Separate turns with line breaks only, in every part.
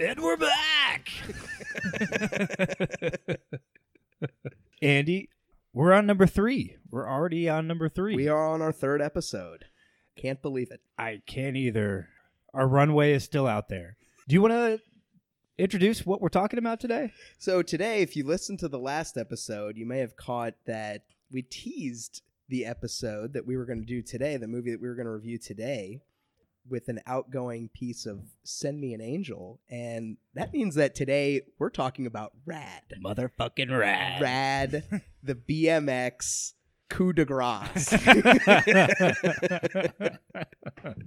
And we're back. Andy, we're on number three. We're already on number three.
We are on our third episode. Can't believe it.
I can't either. Our runway is still out there. Do you want to introduce what we're talking about today?
So today, if you listened to the last episode, you may have caught that we teased the episode that we were going to do today, the movie that we were going to review today, with an outgoing piece of "Send Me an Angel," and that means that today we're talking about Rad,
Motherfucking rad.
Rad, the BMX coup de grace.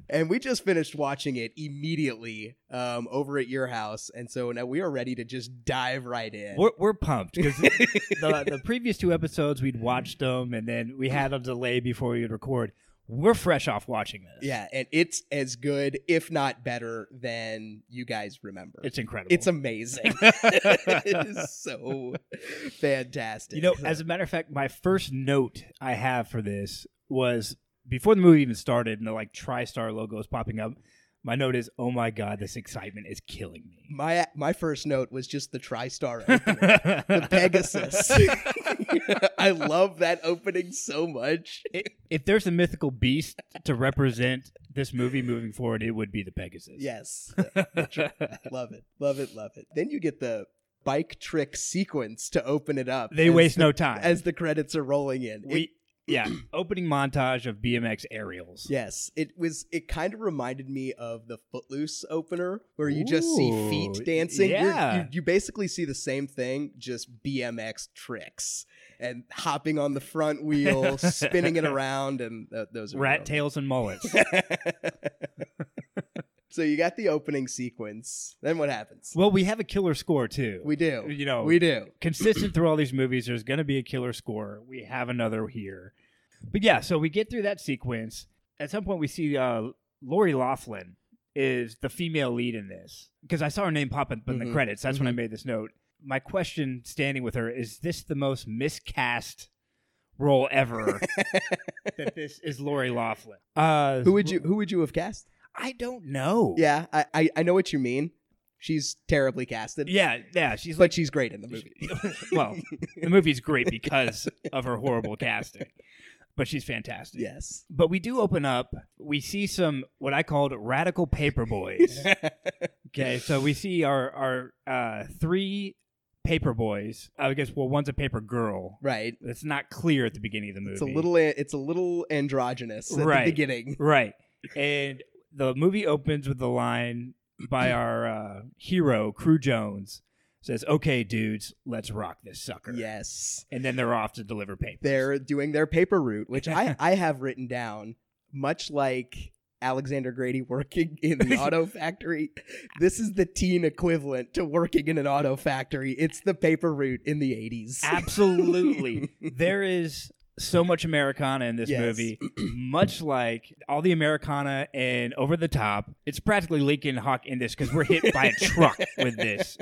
and we just finished watching it immediately um, over at your house, and so now we are ready to just dive right in.
We're, we're pumped because the, the previous two episodes we'd watched them and then we had a delay before we would record. We're fresh off watching this.
yeah, and it's as good, if not better, than you guys remember.
it's incredible.
It's amazing. it is so fantastic.
You know, as a matter of fact, my first note I have for this was before the movie even started and the like TriStar logo is popping up. My note is, "Oh my god, this excitement is killing me."
my my first note was just the TriStar opening. the Pegasus. I love that opening so much.
if there's a mythical beast to represent this movie moving forward, it would be the Pegasus.
Yes. love it. Love it. Love it. Then you get the bike trick sequence to open it up.
they
as
waste
the-
no time.
as the credits are rolling in. It-
we, yeah, opening montage of BMX aerials.
yes, it was it kind of reminded me of the Footloose opener where you just see
Ooh,
feet dancing. You're-
yeah.
You, you basically see the same thing just BMX tricks and hopping on the front wheel, spinning it around and th- those are
Rat
real-
tails and mullets.
so you got the opening sequence. Then what happens?
well, we have a killer score too.
We do.
you know,
we do.
consistent through all these movies. There's going to be a killer score. We have another here. But yeah, so we get through that sequence. At some point, we see uh, Lori Laughlin is the female lead in this because I saw her name pop up in the
Mhm.
credits. That's when I made this note. My question standing with her is this the most miscast role ever that this is Lori Laughlin? Uh,
Who would you who would you have cast?
I don't know.
Yeah, I, I, I know what you mean. She's terribly casted.
Yeah, yeah. She's like.
But she's great in the movie.
well, the movie's great because of her horrible casting, but she's fantastic.
Yes.
But we do open up. We see some what I called radical paper boys. okay, so we see our our uh, three paper boys. I guess well, one's a paper girl.
Right.
That's not clear at the beginning of the movie.
It's a little it's a little androgynous at
Right.
the beginning.
right, and the movie opens with the line by our uh, hero Crew Jones says, "Okay, dudes, let's rock this sucker."
Yes.
and then they're off to deliver papers.
They're doing their paper route, which I, I have written down, much like Alexander Grady working in the auto factory. This is the teen equivalent to working in an auto factory. It's the paper route in the 80s.
Absolutely. there is so much Americana in this
Yes.
movie, much like all the Americana and over the top. It's practically Lincoln Hawk in this because we're hit by a truck with this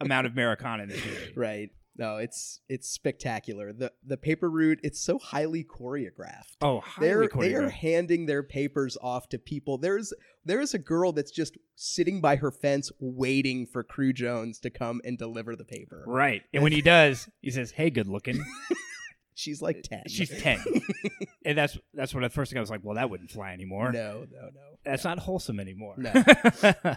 amount of Americana in this movie.
Right. No, it's it's spectacular. The the paper route, it's so highly choreographed.
Oh,
They're
highly
they are
choreographed.
handing their papers off to people. There's there is a girl that's just sitting by her fence waiting for Crew Jones to come and deliver the paper.
Right. And when he does, he says, Hey, good looking.
She's like ten.
Uh, She's 10. and that's that's what at first thing I was like, Well, that wouldn't fly anymore.
no, no, no.
That's not wholesome anymore.
No.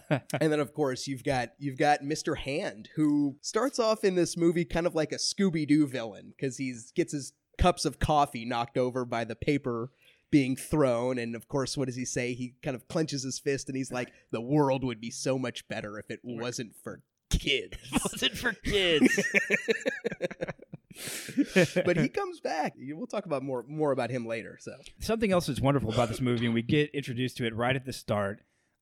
And then of course you've got you've got Mr. Hand who starts off in this movie kind of like a Scooby Doo villain because he's gets his cups of coffee knocked over by the paper being thrown and of course what does he say he kind of clenches his fist and he's like the world would be so much better if it wasn't for kids
wasn't for kids.
but he comes back we'll talk about more more about him later so
something else that's wonderful about this movie, and we get introduced to it right at the start.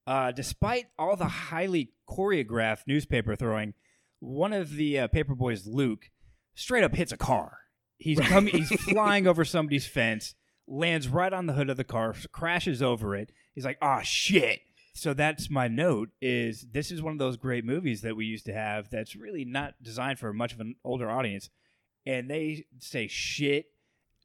Uh, despite all the highly choreographed newspaper throwing, one of the uh, paper boys, Luke, straight up hits a car. He's coming. He's flying over somebody's fence, lands right on the hood of the car, crashes over it. He's like, "Ah, shit." So that's my note. Is this is one of those great movies that we used to have that's really not designed for much of an older audience, and they say shit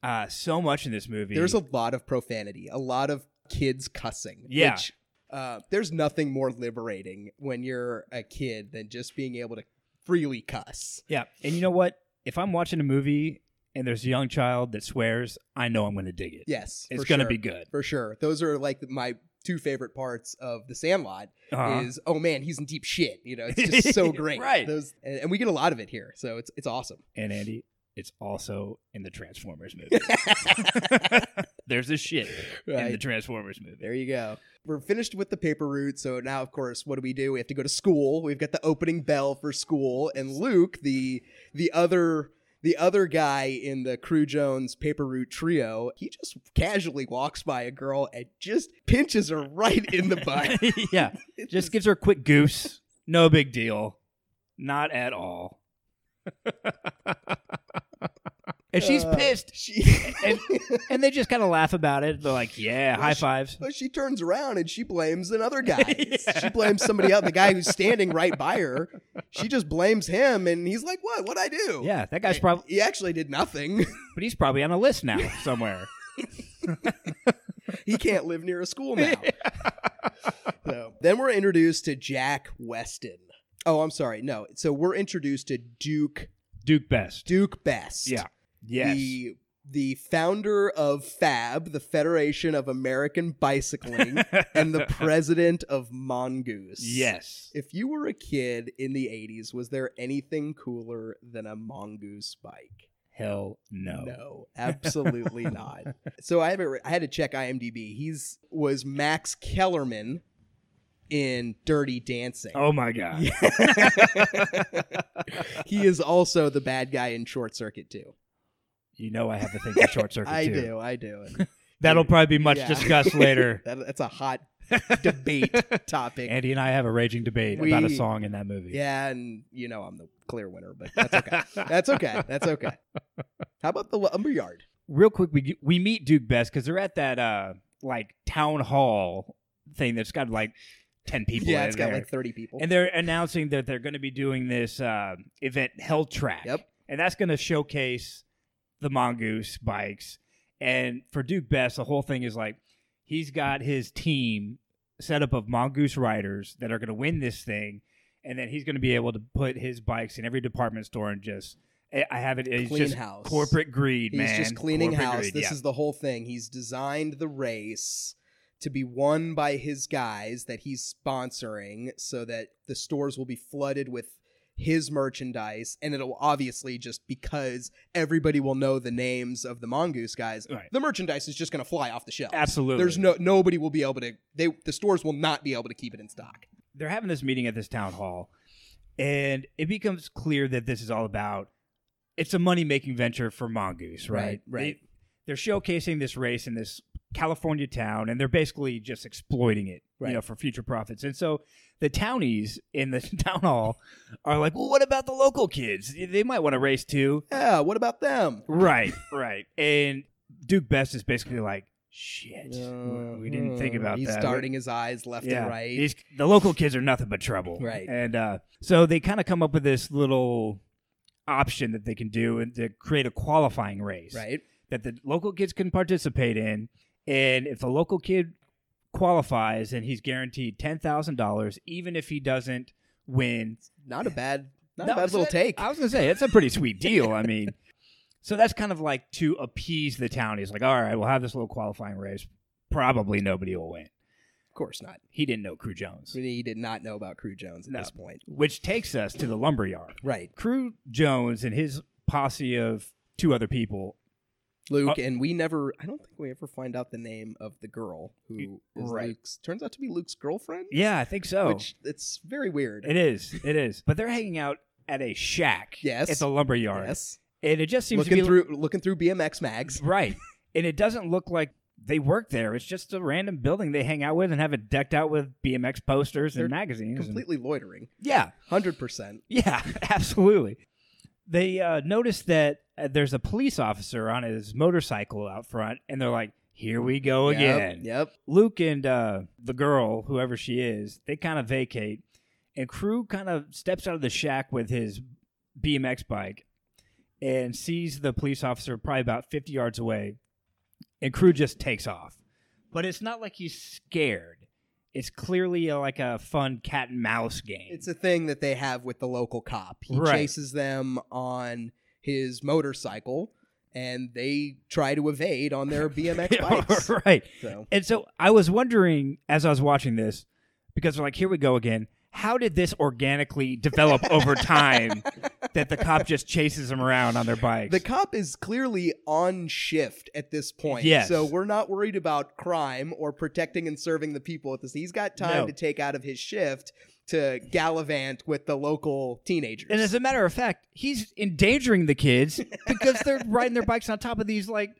uh, so much in this movie.
there's a lot of profanity a lot of kids cussing
Yeah.
which Uh, there's nothing more liberating when you're a kid than just being able to freely cuss.
Yeah. And you know what? If I'm watching a movie and there's a young child that swears, I know I'm going to dig it.
Yes,
It's
for
going to
sure.
be good.
for sure. Those are like my two favorite parts of The Sandlot.
Uh-huh.
Is oh man, he's in deep shit. You know, it's just so great.
Right.
Those and, and we get a lot of it here, so it's it's awesome.
and Andy, it's also in the Transformers movie. There's a shit in the
Right.
Transformers movie.
There you go. We're finished with the paper route, so now, of course, what do we do? We have to go to school. We've got the opening bell for school, and Luke, the the other the other guy in the Crew Jones paper route trio, he just casually walks by a girl and just pinches her right in the butt.
yeah.
It's
Just gives her a quick goose. No big deal. Not at all. and she's
Uh,
pissed.
she
And- And they just kind of laugh about it. They're like, yeah,
Well,
high
she-
fives.
But she turns around and she blames another guy.
Yeah.
She blames somebody else, the guy who's standing right by her. She just blames him, and he's like, "What? What I do?"
Yeah, that guy's probably,
He actually did nothing.
but he's probably on a list now somewhere.
he can't live near a school now. so then we're introduced to Jack Weston. Oh, I'm sorry. No, so we're introduced to Duke
Duke Best.
Duke Best.
Yeah. Yes.
The the founder of FAB, the Federation of American Bicycling, and the president of Mongoose.
yes.
If you were a kid in the 80s, was there anything cooler than a mongoose bike?
Hell no.
absolutely not. So I have it, I had to check IMDb. He's was Max Kellerman in Dirty Dancing.
Oh my God.
He is also the bad guy in Short Circuit too.
You know I have to think of short circuit
I
too.
do, I do.
That'll probably be much
Yeah.
discussed later.
That, that's a hot debate topic.
Andy and I have a raging debate
We-
about a song in that movie.
yeah, and you know I'm the clear winner, but that's okay. That's okay. That's okay. How about the lumberyard?
Real quick, we we meet Duke Best because they're at that uh like town hall thing that's got like ten people.
Yeah,
in
it's got
there.
like 30 people.
and they're announcing that they're going to be doing this uh, event, Hell Track.
Yep.
And that's going to showcase the mongoose bikes. And for Duke Best, the whole thing is like he's got his team set up of mongoose riders that are going to win this thing, and then he's going to be able to put his bikes in every department store and just I I have it. It's
Clean
just
house.
corporate greed,
He's
man.
just cleaning
Corporate
house.
greed,
this
yeah.
is the whole thing. He's designed the race to be won by his guys that he's sponsoring so that the stores will be flooded with his merchandise and it'll obviously just because everybody will know the names of the mongoose guys
Right.
the merchandise is just going to fly off the shelves
absolutely.
there's no nobody will be able to they the stores will not be able to keep it in stock
they're having this meeting at this town hall, and it becomes clear that this is all about it's a money making venture for Mongoose, right?
Right, right.
They, are showcasing this race in this California town, and they're basically just exploiting it,
Right.
you know, for future profits. And so the townies in the town hall are like, "Well, what about the local kids? They might want to race too."
yeah what about them
Right, right. And Duke Best is basically like, "Shit, we- we didn't think
Uh,
about
he's
that."
starting his eyes left and right
These, the local kids are nothing but trouble.
Right.
And uh, so they kind of come up with this little option that they can do and to create a qualifying race
right
that the local kids can participate in. And if a local kid qualifies, then he's guaranteed $10,000, even if he doesn't win.
not a bad not
That
a bad
was
little
it.
take
I was going to say, it's a pretty sweet deal. I mean, so that's kind of like to appease the town. He's like, all right, we'll have this little qualifying race. Probably nobody will win.
Of course not.
He didn't know Crew Jones.
He did not know about Crew Jones at
No.
this point.
which takes us to the lumberyard.
Right.
Crew Jones and his posse of two other people.
Luke,
Uh,
and we never, I don't think we ever find out the name of the girl who is
Right.
Luke's, turns out to be Luke's girlfriend,
Yeah, I think so.
which it's very weird.
it is. It is. But they're hanging out at a shack.
Yes.
At the lumberyard.
yes.
And it just seems to
Looking
be
through, looking through BMX mags.
right. And it doesn't look like they work there. It's just a random building they hang out with and have it decked out with BMX posters
They're
and magazines. and-
Completely loitering.
yeah.
100%.
Yeah, absolutely. They uh, notice that uh, there's a police officer on his motorcycle out front, and they're like, "Here we go
Yep,
again."
Yep.
Luke and uh, the girl, whoever she is, they kind of vacate, and Crew kind of steps out of the shack with his BMX bike and sees the police officer probably about 50 yards away, and Crew just takes off. But it's not like he's scared. It's clearly uh like a fun cat and mouse game.
It's a thing that they have with the local cop. He
Right.
chases them on his motorcycle, and they try to evade on their BMX bikes.
right.
So
And so I was wondering as I was watching this, because we're like, here we go again. How did this organically develop over time that the cop just chases them around on their bikes?
the cop is clearly on shift at this point.
Yes.
So we're not worried about crime or protecting and serving the people at this. He's got time
No.
to take out of his shift to gallivant with the local teenagers.
and as a matter of fact, he's endangering the kids because they're riding their bikes on top of these like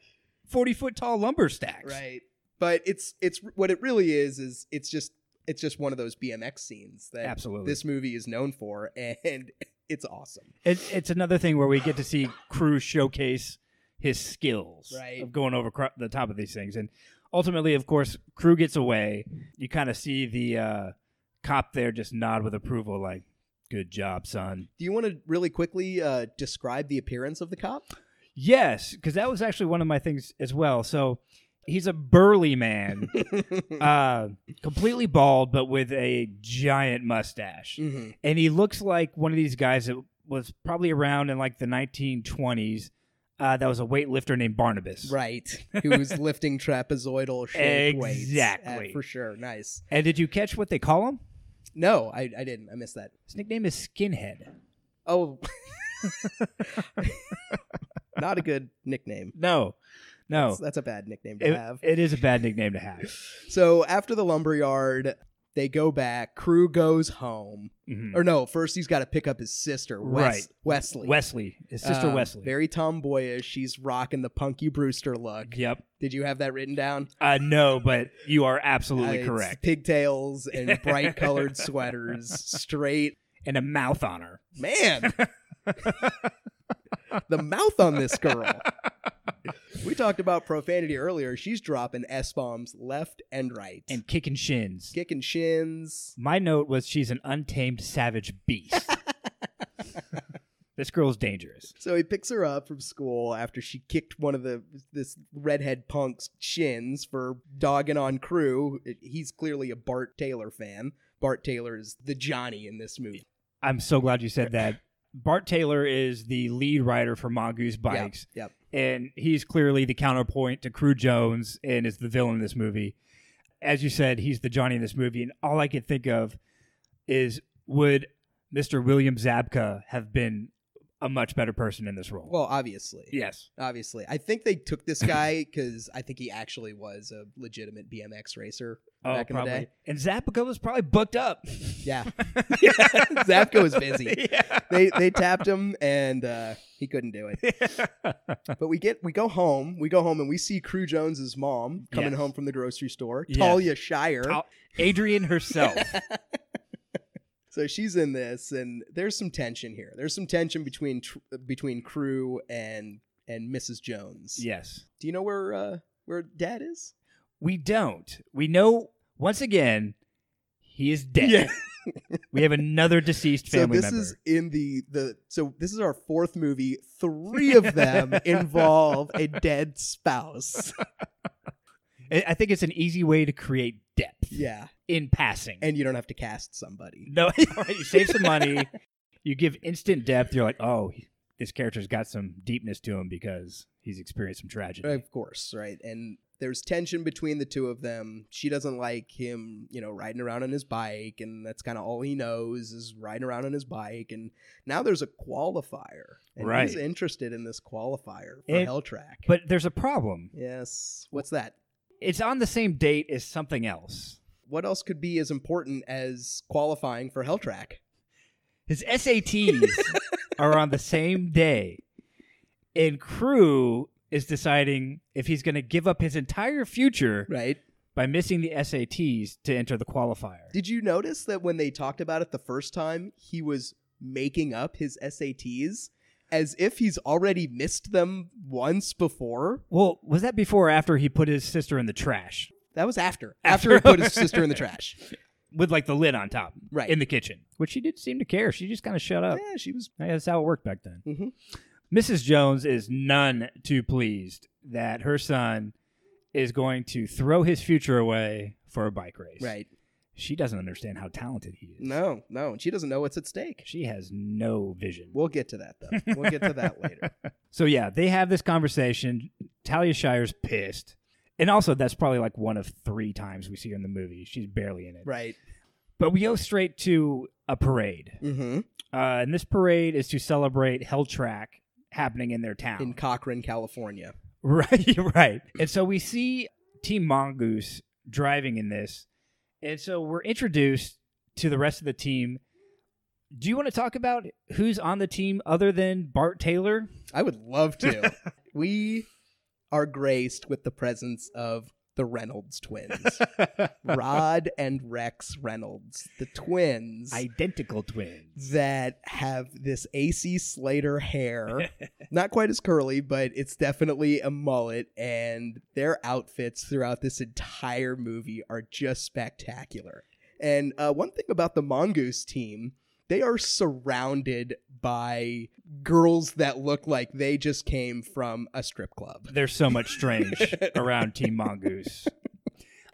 forty foot tall lumber stacks.
right but it's it's what it really is is it's just it's just one of those bmx scenes that
Absolutely.
this movie is known for and it's awesome
It, it's another thing where we get to see Cruz showcase his skills
Right.
of going over cro- the top of these things. And ultimately, of course, Crew gets away. You kind of see the uh, cop there just nod with approval, like, good job, son.
do you want to really quickly uh, describe the appearance of the cop
Yes, because that was actually one of my things as well. So he's a burly man, uh, completely bald, but with a giant mustache.
Mhm.
and he looks like one of these guys that was probably around in like the 1920s. Uh, that was a weightlifter named Barnabas,
right who's lifting trapezoidal shaped weights
Exactly.
Uh, for sure nice
And did you catch what they call him?
no I, I didn't i missed that
His nickname is Skinhead.
oh not a good nickname
No, no,
that's, that's a bad nickname to
Oh. It-
have
it is a bad nickname to have.
So after the lumberyard, they go back. Crew goes home.
Mhm.
Or no, first he's got to pick up his sister, Wes-
Right.
Wesley.
Wesley, his sister
Um,
Wesley.
Very tomboyish. She's rocking the Punky Brewster look.
yep.
Did you have that written down?
Uh, no, but you are absolutely
Uh, it's
correct.
Pigtails and bright colored sweaters. Straight.
And a mouth on her.
Man. the mouth on this girl. We talked about profanity earlier. She's dropping S bombs left and right.
and kicking shins.
kicking shins.
My note was she's an untamed savage beast. this girl's dangerous.
So he picks her up from school after she kicked one of the this redhead punk's shins for dogging on crew. He's clearly a Bart Taylor fan. Bart Taylor is the Johnny in this movie.
I'm so glad you said that. Bart Taylor is the lead writer for Mongoose Bikes,
Yep.
and he's clearly the counterpoint to Crew Jones and is the villain in this movie. As you said, he's the Johnny in this movie, and all I could think of is would Mr. William Zabka have been a much better person in this role?
Well, obviously.
yes.
Obviously. I think they took this guy because I think he actually was a legitimate BMX racer
Oh,
back in
probably.
the day.
And Zabka was probably booked up.
Yeah. Zapka was busy.
Yeah.
They they tapped him and uh, he couldn't do it. But we get we go home. We go home and we see Crew Jones's mom coming
Yes.
home from the grocery store.
Yes.
Talia Shire.
Tal- Adrian herself.
So she's in this, and there's some tension here. There's some tension between tr- between crew and and Mrs. Jones.
yes.
Do you know where uh, where Dad is?
We don't. We know once again he is dead. we have another deceased
So
family
this
member.
is in the the. So this is our fourth movie. Three of them involve a dead spouse.
I I think it's an easy way to create depth
Yeah,
in passing.
and you don't have to cast somebody.
no, you save some money. You give instant depth. You're like, oh, he- this character's got some deepness to him because he's experienced some tragedy.
Of course, right? And there's tension between the two of them. She doesn't like him, you know, riding around on his bike, and that's kind of all he knows is riding around on his bike. And now there's a qualifier, and
Right.
he's interested in this qualifier for
It-
Hell Track.
But there's a problem.
yes, what's that?
It's on the same date as something else.
What else could be as important as qualifying for Hell Track?
His SATs are on the same day. And Crew is deciding if he's going to give up his entire future
Right?
by missing the SATs to enter the qualifier.
Did you notice that when they talked about it the first time, he was making up his SATs as if he's already missed them once before?
Well, was that before or after he put his sister in the trash
That was after.
After.
After he put his sister in the trash.
with like the lid on top
Right.
in the kitchen? Which she didn't seem to care. She just kind of shut up.
yeah, she was.
I guess that's how it worked back then.
Mhm.
Mrs. Jones is none too pleased that her son is going to throw his future away for a bike race.
Right.
she doesn't understand how talented he is.
No, no, and she doesn't know what's at stake.
She has no vision.
We'll get to that though. We'll get to that later.
So yeah, they have this conversation. Talia Shire's pissed. And also that's probably like one of three times we see her in the movie. She's barely in it.
Right.
But we go straight to a parade.
Mm-hmm.
Uh, and this parade is to celebrate Hell Track happening in their town.
In Cochrane, California.
Right, right. And so we see Team Mongoose driving in this. And so we're introduced to the rest of the team. Do you want to talk about who's on the team other than Bart Taylor?
I would love to. we are graced with the presence of the Reynolds twins, Rod and Rex Reynolds, the twins
Identical twins.
that have this AC Slater hair. Not quite as curly, but it's definitely a mullet. And their outfits throughout this entire movie are just spectacular. And uh, one thing about the Mongoose team, they are surrounded by girls that look like they just came from a strip club.
There's so much strange around Team Mongoose.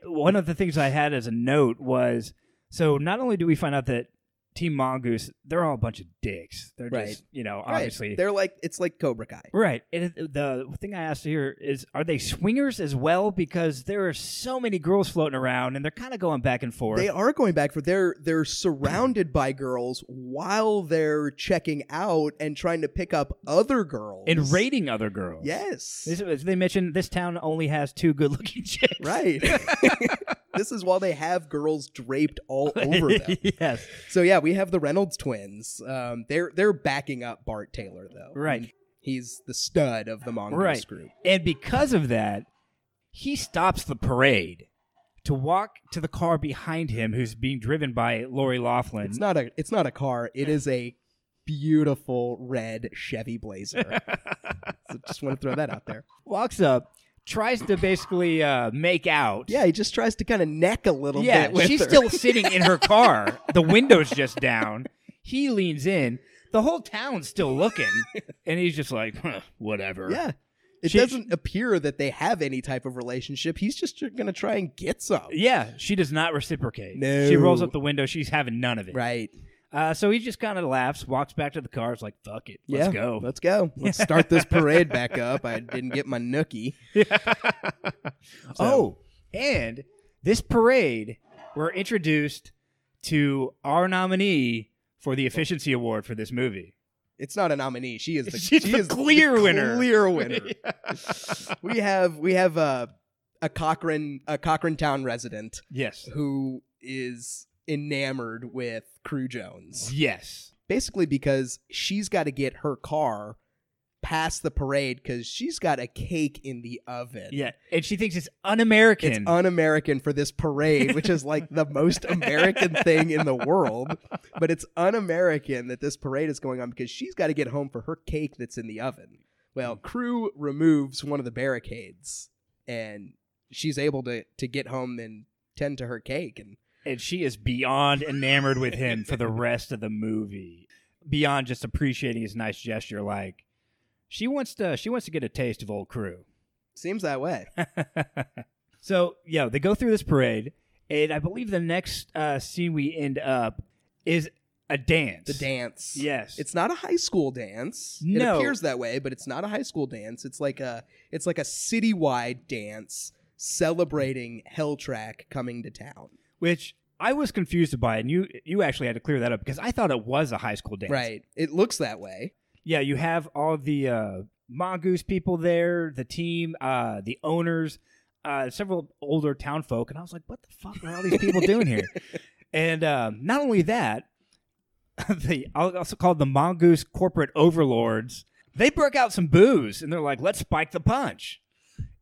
One of the things I had as a note was so not only do we find out that Team Mongoose, they're all a bunch of dicks. They're
Right.
just, you know,
Right.
obviously
They're like, it's like Cobra Kai.
Right. And it- the thing I asked here is are they swingers as well? Because there are so many girls floating around and they're kind of going back and forth.
They are going back for they're they're surrounded by girls while they're checking out and trying to pick up other girls
and rating other girls.
Yes,
This is- they mentioned this town only has two good looking chicks.
right. this is while they have girls draped all over them.
yes.
So yeah, we have the Reynolds twins. Um, they're they're backing up Bart Taylor though.
Right.
He's the stud of the Mongoose
Right.
group.
And because of that, he stops the parade to walk to the car behind him who's being driven by Lori Laughlin.
It's not a it's not a car. It is a beautiful red Chevy Blazer. so just want to throw that out there.
walks up, tries to basically uh, make out.
Yeah, he just tries to kind of neck a little
yeah,
bit. with
she's
her.
still sitting in her car. The window's just down. He leans in. The whole town's still looking, and he's just like, huh, whatever.
Yeah. It
She-
doesn't appear that they have any type of relationship. He's just going to try and get some.
Yeah, she does not reciprocate.
No.
She rolls up the window. She's having none of it.
Right.
Uh, so he just kind of laughs, walks back to the car. Is like, fuck it,
yeah.
let's go.
Let's go. Let's start this parade back up. I didn't get my nookie.
Oh, and this parade, we're introduced to our nominee for the efficiency award for this movie.
It's not a nominee. She is the,
She's
she
the
is
clear winner.
Clear winner. We have we have a a Cochrane a Cochrane town resident
Yes.
who is enamored with Crew Jones.
Yes.
basically because she's got to get her car past the parade because she's got a cake in the oven.
Yeah, and she thinks it's un-American.
It's un-American for this parade, which is like the most American thing in the world. But it's un-American that this parade is going on because she's got to get home for her cake that's in the oven. Well, crew removes one of the barricades, and she's able to to get home and tend to her cake. And
and she is beyond enamored with him for the rest of the movie. Beyond just appreciating his nice gesture, like she wants to, she wants to get a taste of old crew.
seems that way.
so yeah, they go through this parade, and I believe the next uh, scene we end up is a dance.
The dance.
yes,
It's not a high school dance.
No.
It appears that way, but it's not a high school dance. It's like a it's like a citywide dance celebrating Helltrack coming to town.
which I was confused by, and you you actually had to clear that up because I thought it was a high school dance.
Right. It looks that way.
yeah, you have all the uh, mongoose people there, the team, uh, the owners, uh, several older town folk, and I was like, "What the fuck are all these people doing here?" And um, not only that, the I'll also called the mongoose corporate overlords. They broke out some booze, and they're like, "Let's spike the punch."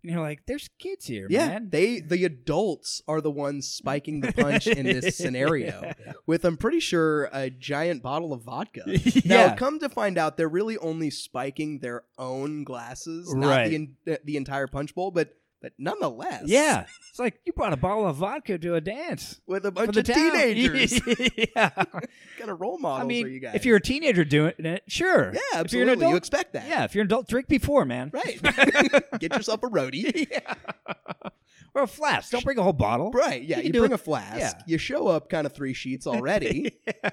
And you're like, "There's kids here,
Yeah.
man."
They the adults are the ones spiking the punch in this scenario with I'm pretty sure a giant bottle of vodka. Now,
yeah,
come to find out, they're really only spiking their own glasses, not
Right.
the, en- the entire punch bowl, but but nonetheless,
yeah. It's like you brought a bottle of vodka to a dance
with a
for
bunch
the
of
town.
Oh, teenagers.
yeah.
kind of role models
I mean,
are you guys?
if you're a teenager doing it, sure.
yeah,
If you're an
absolutely. you
adult,
expect that.
yeah. If you're an adult, drink before, man.
Right. Get yourself a roadie.
or a flask. Don't bring a whole bottle.
Right. Yeah.
You can
You,
do
bring
it-
a flask.
yeah.
You show up kind of three sheets already.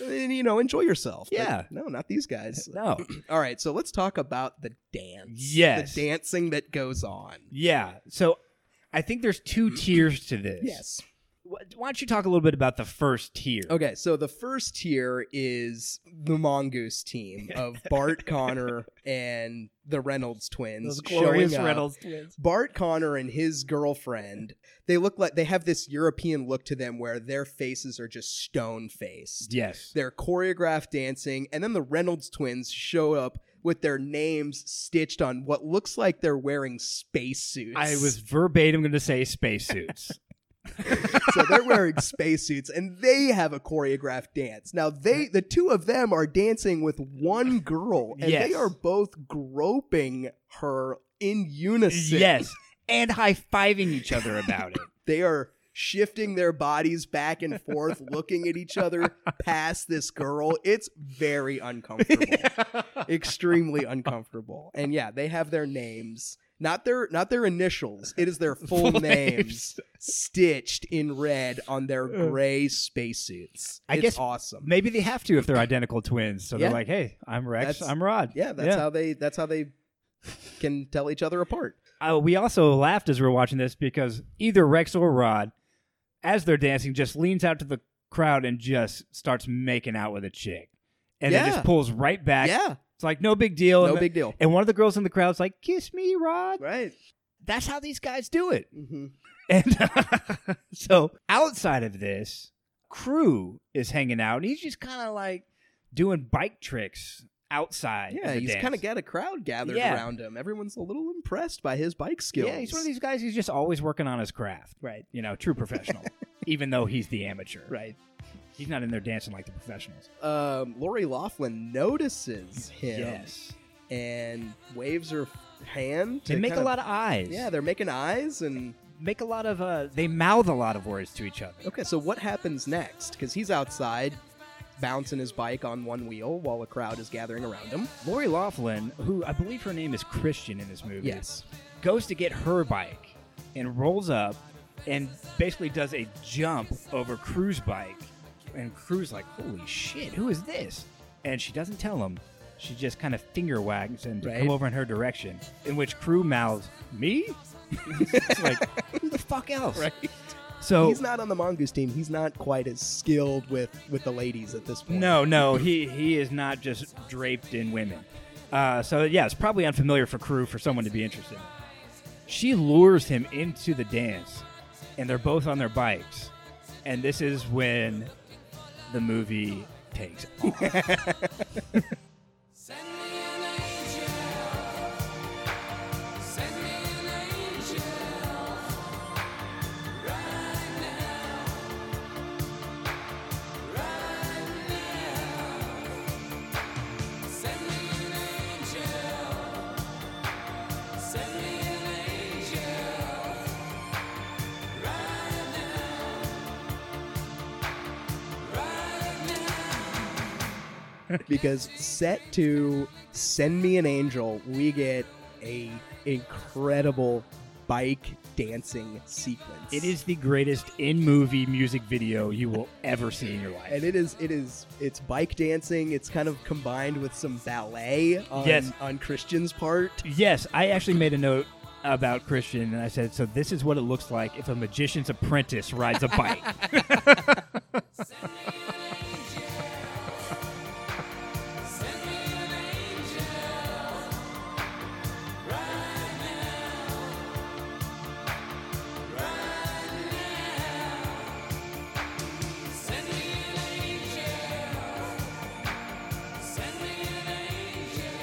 Yeah.
and, you know, enjoy yourself. But
Yeah.
No, not these guys.
No.
All right. So let's talk about the dance.
Yes.
The dancing that goes on.
Yeah. So I think there's two tiers to this.
Yes.
Wh- Why don't you talk a little bit about the first tier?
Okay. So the first tier is the Mongoose team of Bart Connor and the Reynolds twins.
Those glorious
showing up.
Reynolds twins.
Bart Connor and his girlfriend, they look like they have this European look to them where their faces are just stone faced.
Yes.
their choreographed dancing, and then the Reynolds twins show up with their names stitched on what looks like they're wearing spacesuits.
I was verbatim going to say spacesuits.
so they're wearing spacesuits, and they have a choreographed dance. Now they, the two of them, are dancing with one girl, and
Yes.
they are both groping her in unison.
yes. And high fiving each other about it.
they are shifting their bodies back and forth, looking at each other past this girl. It's very uncomfortable. extremely uncomfortable. And yeah, they have their names, not their not their initials. It is their full
Full
names stitched in red on their gray spacesuits.
I
it's
guess-
awesome.
Maybe they have to if they're identical twins. So they're
Yeah.
like, hey, I'm Rex,
That's-
I'm Rod.
yeah, that's how they that's how they can tell each other apart.
uh, we also laughed as we were watching this because either Rex or Rod, as they're dancing, just leans out to the crowd and just starts making out with a chick, and then
Yeah.
just pulls right back.
yeah,
It's like no big deal.
no
Oh, and, the-
big deal.
and one of the girls in the crowd's like, "Kiss me, Rod."
Right.
That's how these guys do it.
Mm-hmm.
And so outside of this, Crew is hanging out, and he's just kind of like doing bike tricks outside.
Yeah,
of the
he's
dance.
kind of got a crowd gathered
Yeah.
around him. Everyone's a little impressed by his bike skills.
Yeah, he's one of these guys who's just always working on his craft.
Right.
You know, true professional. even though he's the amateur.
Right.
He's not in there dancing like the professionals.
Um, Lori Laughlin notices him. and waves her hand.
They
to
make a
kind
lot of eyes.
Yeah, they're making eyes, and
Make a lot of uh they mouth a lot of words to each other.
okay. So what happens next? Because he's outside, bouncing his bike on one wheel while a crowd is gathering around him.
Lori Laughlin, who I believe her name is Christian in this movie,
Yes.
goes to get her bike and rolls up and basically does a jump over Crew's bike. And Crew's like, holy shit, who is this? And she doesn't tell him. She just kind of finger wags and to
Right.
come over in her direction, in which Crew mouths, me? it's like, who the fuck else? So,
He's not on the mongoose team. He's not quite as skilled with with the ladies at this point.
no, no, he, he is not just draped in women. Uh, so, yeah, it's probably unfamiliar for Crew for someone to be interested in. She lures him into the dance, and they're both on their bikes. And this is when the movie takes off.
Send me an angel. Send me an angel. Right now. Right now. Send me an angel. Send me an angel. Right now. Right now.
because set to "Send Me an Angel," we get a incredible bike dancing sequence.
it is the greatest in movie music video you will ever see in your life.
and it is it is it's bike dancing it's kind of combined with some ballet on,
Yes.
on christian's part
Yes, I actually made a note about Christian, and I said, "So this is what it looks like if a magician's apprentice rides a bike."
Send me an angel right now, right now. Send me an angel. Send me an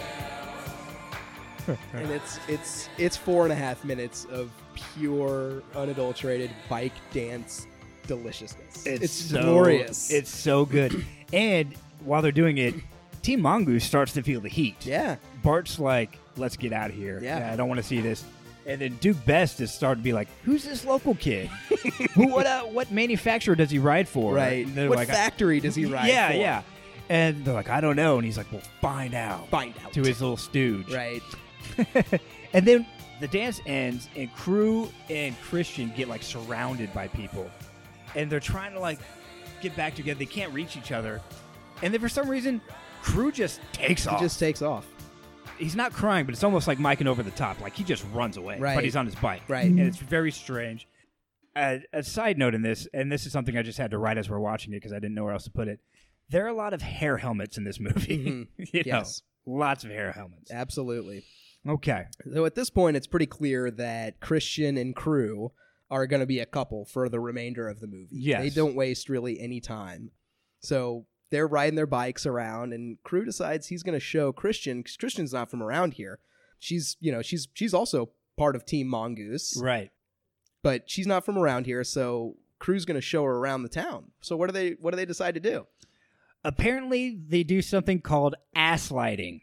angel.
and it's it's it's four and a half minutes of pure unadulterated bike dance deliciousness
so,
glorious
It's so good. and while they're doing it, Team Mongoose starts to feel the heat.
yeah
Bart's like, "Let's get out of here.
Yeah.
I don't want to see this." And then Duke Best is starting to be like, "Who's this local kid? Who? What? Uh, what manufacturer does he ride for?"
right
And they're
what
like,
factory does he ride
Yeah,
for?
yeah. And they're like, "I don't know." And he's like, "Well, find out."
find out
to his little stooge.
right
And then the dance ends, and Crew and Christian get like surrounded by people, and they're trying to like get back together. They can't reach each other, and then for some reason, Crew just takes
He
off.
just takes off.
he's not crying, but it's almost like Mike and over the top. Like he just runs away,
Right.
but he's on his bike,
Right.
And it's very strange. Uh, a side note in this, and this is something I just had to write as we're watching it because I didn't know where else to put it. There are a lot of hair helmets in this movie.
Mhm.
You know,
Yes.
lots of hair helmets.
Absolutely.
Okay,
So at this point, it's pretty clear that Christian and Crew are going to be a couple for the remainder of the movie.
Yes.
They don't waste really any time. So they're riding their bikes around, and Crew decides he's going to show Christian because Christian's not from around here. She's, you know, she's she's also part of Team Mongoose,
right.
but she's not from around here. So Crew's going to show her around the town. So what do they what do they decide to do?
Apparently, they do something called ass lighting.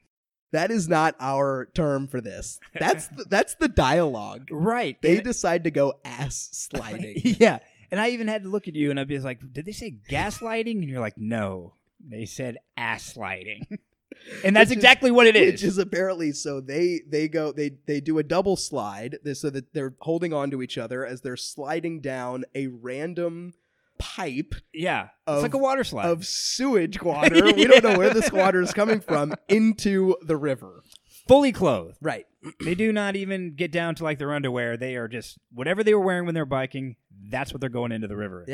That is not our term for this. That's the, that's the dialogue.
Right.
They
And-
decide to go ass sliding.
yeah. And I even had to look at you and I'd be like, did they say gaslighting? And you're like, no, they said ass lighting. and that's
Which is-
exactly what it
which
is.
is apparently so they they go they they do a double slide they- so that they're holding on to each other as they're sliding down a random pipe
yeah.
of-
it's like a water slide.
of sewage water we don't know where this
Yeah.
water is coming from into the river
fully clothed.
right
They do not even get down to like their underwear. They are just whatever they were wearing when they're biking, that's what they're going into the river. in.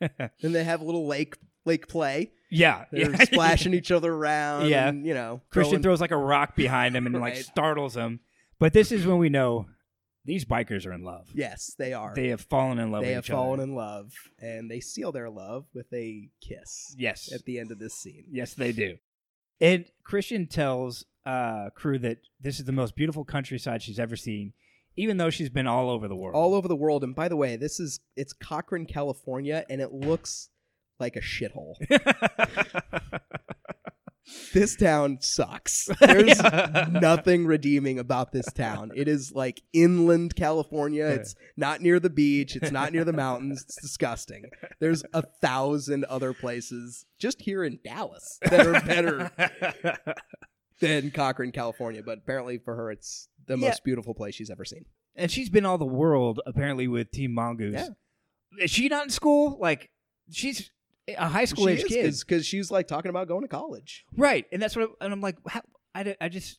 Yeah. then they have a little lake lake play
Yeah.
they're
Yeah.
splashing each other around
Yeah.
and, you know
Christian
throwing-
throws like a rock behind him and like
Right.
startles him. But this is when we know these bikers are in love.
yes they are
They have fallen in love
They
with
have
each other.
fallen in love and they seal their love with a kiss
Yes.
at the end of this scene
Yes, they do. And Christian tells uh, Crew that this is the most beautiful countryside she's ever seen, even though she's been all over the world.
all over the world. And by the way, this is it's Cochrane, California, and it looks like a shithole. this town sucks. There's nothing redeeming about this town. It is like inland California. It's not near the beach. It's not near the mountains. It's disgusting. There's a thousand other places just here in Dallas that are better than Cochrane, California. But apparently for her, it's the
Yeah.
most beautiful place she's ever seen.
and she's been all the world apparently with Team Mongoose. Is she not in school? Like she's a high school age kid,
because she's like talking about going to college.
right? And that's what. I, and I'm like, how, I, di- I just.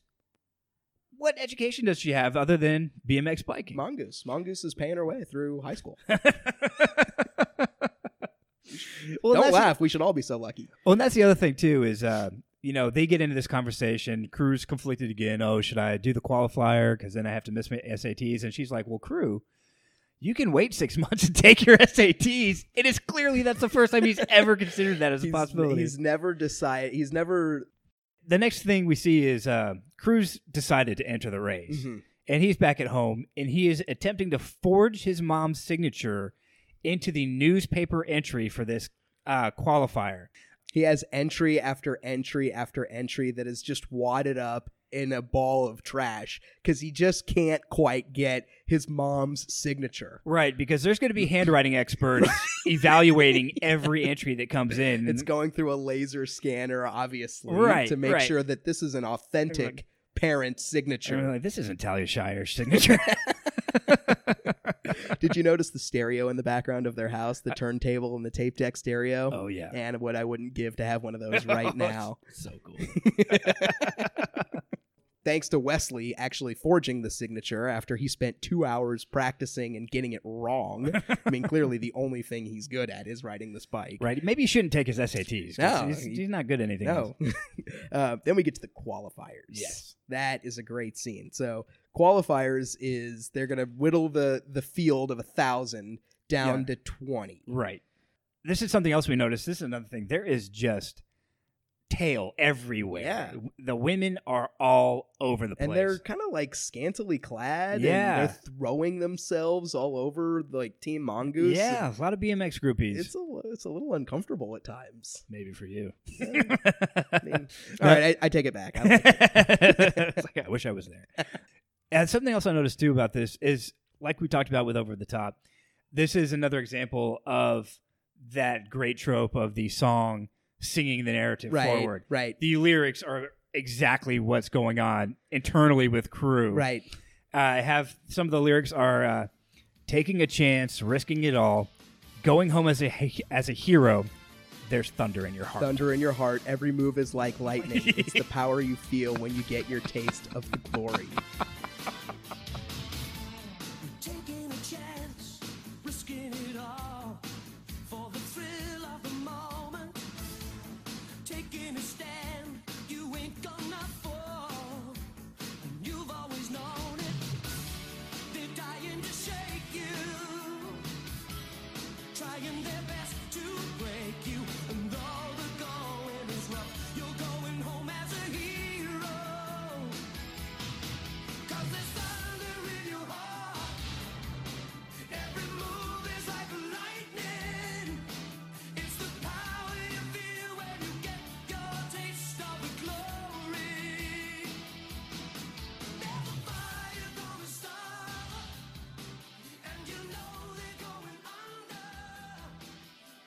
What education does she have other than BMX biking?
Mongoose. Mongoose is paying her way through high school.
well,
Don't
that's-
laugh. We should all be so lucky.
Well, and that's the other thing too is, uh, you know, they get into this conversation. Crew's conflicted again. Oh, should I do the qualifier? Because then I have to miss my SATs. And she's like, "Well, Crew, you can wait six months and take your SATs." It is clearly that's the first time he's ever considered that as a
he's,
possibility.
He's never decided. He's never.
The next thing we see is uh, Crew's decided to enter the race,
Mm-hmm.
and he's back at home, and he is attempting to forge his mom's signature into the newspaper entry for this uh, qualifier.
He has entry after entry after entry that is just wadded up in a ball of trash because he just can't quite get his mom's signature.
Right, because there's going to be handwriting experts evaluating every entry that comes in.
It's going through a laser scanner, obviously,
Mm-hmm. Right,
to make
right.
sure that this is an authentic parent
And we're
signature.
like, this isn't Talia Shire's signature.
Did you notice the stereo in the background of their house, the turntable and the tape deck stereo?
oh yeah,
and what I wouldn't give to have one of those right now.
so cool.
Thanks to Wesley actually forging the signature after he spent two hours practicing and getting it wrong. I mean, clearly the only thing he's good at is riding this bike.
Right? Maybe you shouldn't take his SATs. 'cause
No,
he's,
he-
he's not good at anything. else.
No. uh, then we get to the qualifiers.
Yes.
That is a great scene. So qualifiers is they're gonna whittle the the field of a thousand down
Yeah.
to twenty.
Right. This is something else we noticed. This is another thing. There is just tail everywhere.
Yeah.
The women are all over the place.
and they're kind of like scantily clad.
Yeah.
and they're throwing themselves all over like Team Mongoose.
yeah, a lot of BMX groupies.
it's a it's a little uncomfortable at times.
Maybe for you.
I mean, all right, I, I take it back. I like it.
It's like, I wish I was there. And something else I noticed too about this is, like we talked about with Over the Top, this is another example of that great trope of the song singing the narrative
right,
forward.
right,
The lyrics are exactly what's going on internally with crew. Uh,
right.
I have some of the lyrics are uh, taking a chance, risking it all, going home as a he- as a hero. There's thunder in your heart.
Thunder in your heart. Every move is like lightning. it's the power you feel when you get your taste of the glory.
Taking a chance, risking it all for the thrill of the moment. Taking a stand, you ain't gonna fall. And you've always known it. They're dying to shake you, trying their best to break you. And though the going is rough, you're going home as a hero. Cause there's thunder in your heart. Every move is like lightning. It's the power you feel when you get your taste of the glory. There's a fire gonna start, and you know they're going under.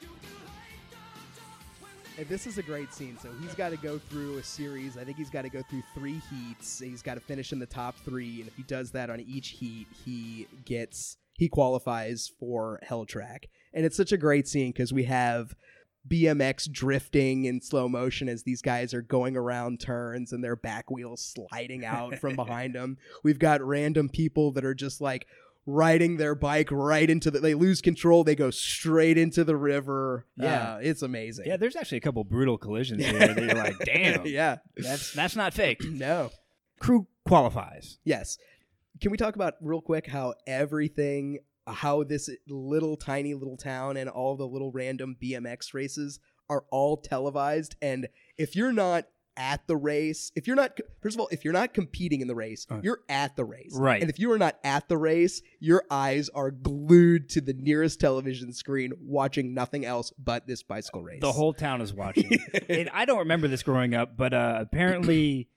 You can hate the dark when they.
And this is a great scene. So he's got to go through a series. I think he's got to go through three heats. He's got to finish in the top three. And if he does that on each heat, he gets he qualifies for Hell Track. And it's such a great scene because we have BMX drifting in slow motion as these guys are going around turns and their back wheels sliding out from behind them. We've got random people that are just like riding their bike right into the they lose control they go straight into the river
Yeah.
Uh, it's amazing
Yeah, there's actually a couple brutal collisions here. that you're like, damn,
yeah.
that's that's not fake.
No.
Crew qualifies.
Yes. Can we talk about real quick how everything, how this little tiny little town and all the little random BMX races are all televised? And if you're not at the race, if you're not, first of all, if you're not competing in the race,
Uh,
you're at the race.
right.
And if you are not at the race, your eyes are glued to the nearest television screen watching nothing else but this bicycle race.
The whole town is watching. and I don't remember this growing up, but uh, apparently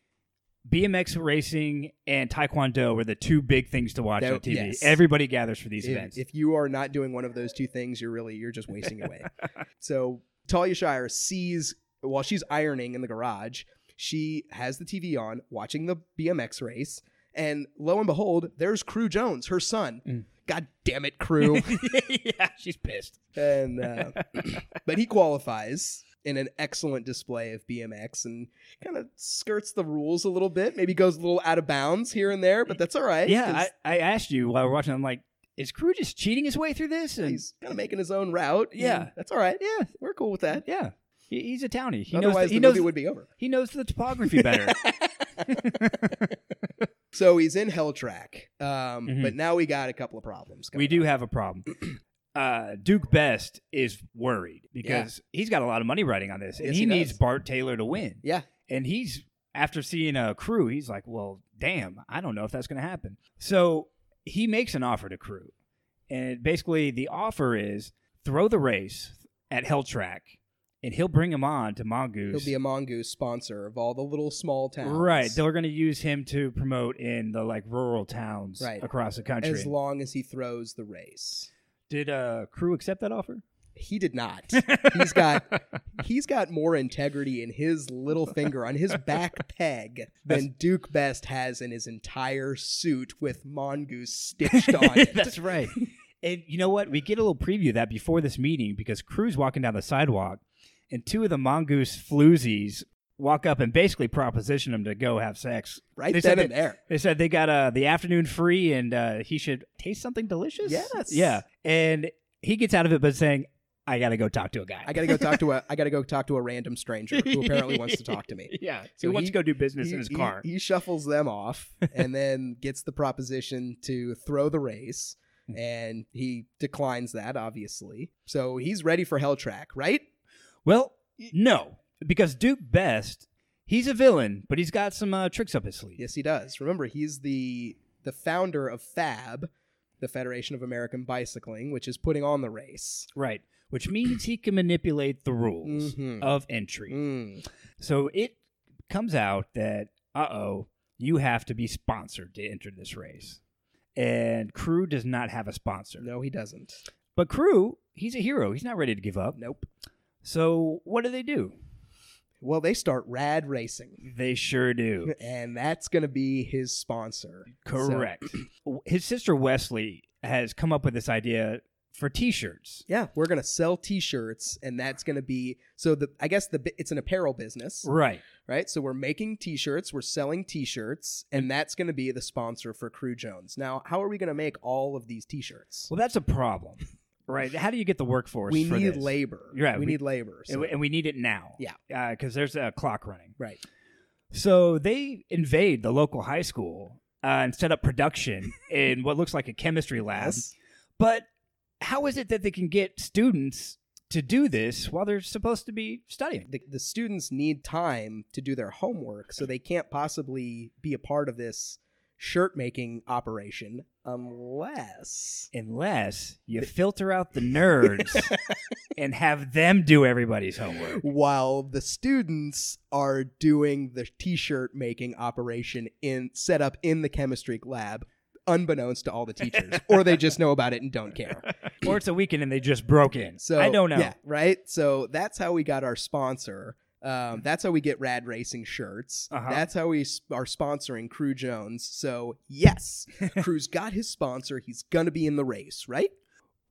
BMX racing and Taekwondo were the two big things to watch
That-
on TV.
yes.
Everybody gathers for these
if,
events.
if you are not doing one of those two things, you're really you're just wasting your way. so Talia Shire sees while she's ironing in the garage, she has the TV on, watching the BMX race, and lo and behold, there's Crew Jones, her son.
Mm.
God damn it, Crew!
yeah, she's pissed.
and uh, but he qualifies in an excellent display of BMX and kind of skirts the rules a little bit. Maybe goes a little out of bounds here and there, but that's all right.
Yeah,
'cause
I, I asked you while we we're watching. I'm like, is Crew just cheating his way through this? And
he's kind of making his own route. and
Yeah.
that's all right.
yeah,
We're cool with that.
yeah, he, he's a townie. He knows.
Otherwise,
The, he
the
knows.
movie would be over.
he knows the topography better.
So he's in Hell Track, um,
Mhm.
but now we got a couple of problems.
we do have a problem. Uh, Duke Best is worried because he's got a lot of money riding on this, and
Yes,
he,
he
needs
does.
Bart Taylor to win.
Yeah.
and he's after seeing a crew, he's like, "Well, damn, I don't know if that's going to happen." So he makes an offer to crew, and basically the offer is throw the race at Hell Track, and he'll bring him on to Mongoose.
He'll be a mongoose sponsor of all the little small towns,
right, they're going to use him to promote in the like rural towns
Right.
across the country.
As long as he throws the race,
Did uh, crew accept that offer?
he did not. he's got he's got more integrity in his little finger on his back peg than Duke Best has in his entire suit with mongoose stitched on it.
That's right. And you know what? We get a little preview of that before this meeting because Crew's walking down the sidewalk and two of the mongoose floozies walk up and basically proposition him to go have sex.
right
They
then
said
and
that-
there.
They said they got uh, the afternoon free and uh, he should taste something delicious.
Yes.
Yeah. And he gets out of it by saying, I got to go talk to a guy.
I gotta go talk to a I gotta go talk to a random stranger who apparently wants to talk to me.
yeah.
So
So he wants
he-
to go do business in his
he,
car.
he shuffles them off and then gets the proposition to throw the race.
Hmm.
And he declines that, obviously. So he's ready for Hell Track, right?
Well, no, because Duke Best, he's a villain, but he's got some uh, tricks up his sleeve.
Yes, he does. Remember, he's the the founder of FAB, the Federation of American Bicycling, which is putting on the race.
Right. Which means he can manipulate the rules
Mhm.
of entry.
Mm.
So it comes out that, uh oh, you have to be sponsored to enter this race. And Crew does not have a sponsor.
No, he doesn't.
But Crew, he's a hero. He's not ready to give up.
Nope.
So what do they do?
Well, they start Rad Racing,
They sure do.
and that's going to be his sponsor. So-
Correct. His sister Wesley has come up with this idea for T-shirts.
yeah, we're going to sell T-shirts, and that's going to be so. The I guess the bi- it's an apparel business,
Right.
right? So we're making T-shirts, we're selling T-shirts, and that's going to be the sponsor for Crew Jones. Now, how are we going to make all of these T-shirts?
Well, that's a problem. Right. How do you get the workforce?
we
for
need
this?
labor.
You're right,
we,
we-
need labor.
And
so-
we- and we need it now.
Yeah.
Because there's a clock running.
right.
So they invade the local high school uh, and set up production in what looks like a chemistry lab.
Yes.
But how is it that they can get students to do this while they're supposed to be studying?
The, the students need time to do their homework, so they can't possibly be a part of this shirt making operation unless
Unless you filter out the nerds and have them do everybody's homework.
while the students are doing the t-shirt making operation in set up in the chemistry lab unbeknownst to all the teachers or they just know about it and don't care
Or it's a weekend and they just broke in.
so
I don't know.
yeah right so that's how we got our sponsor um, that's how we get rad racing shirts
Uh-huh.
that's how we s- are sponsoring crew jones so yes crew's got his sponsor he's gonna be in the race right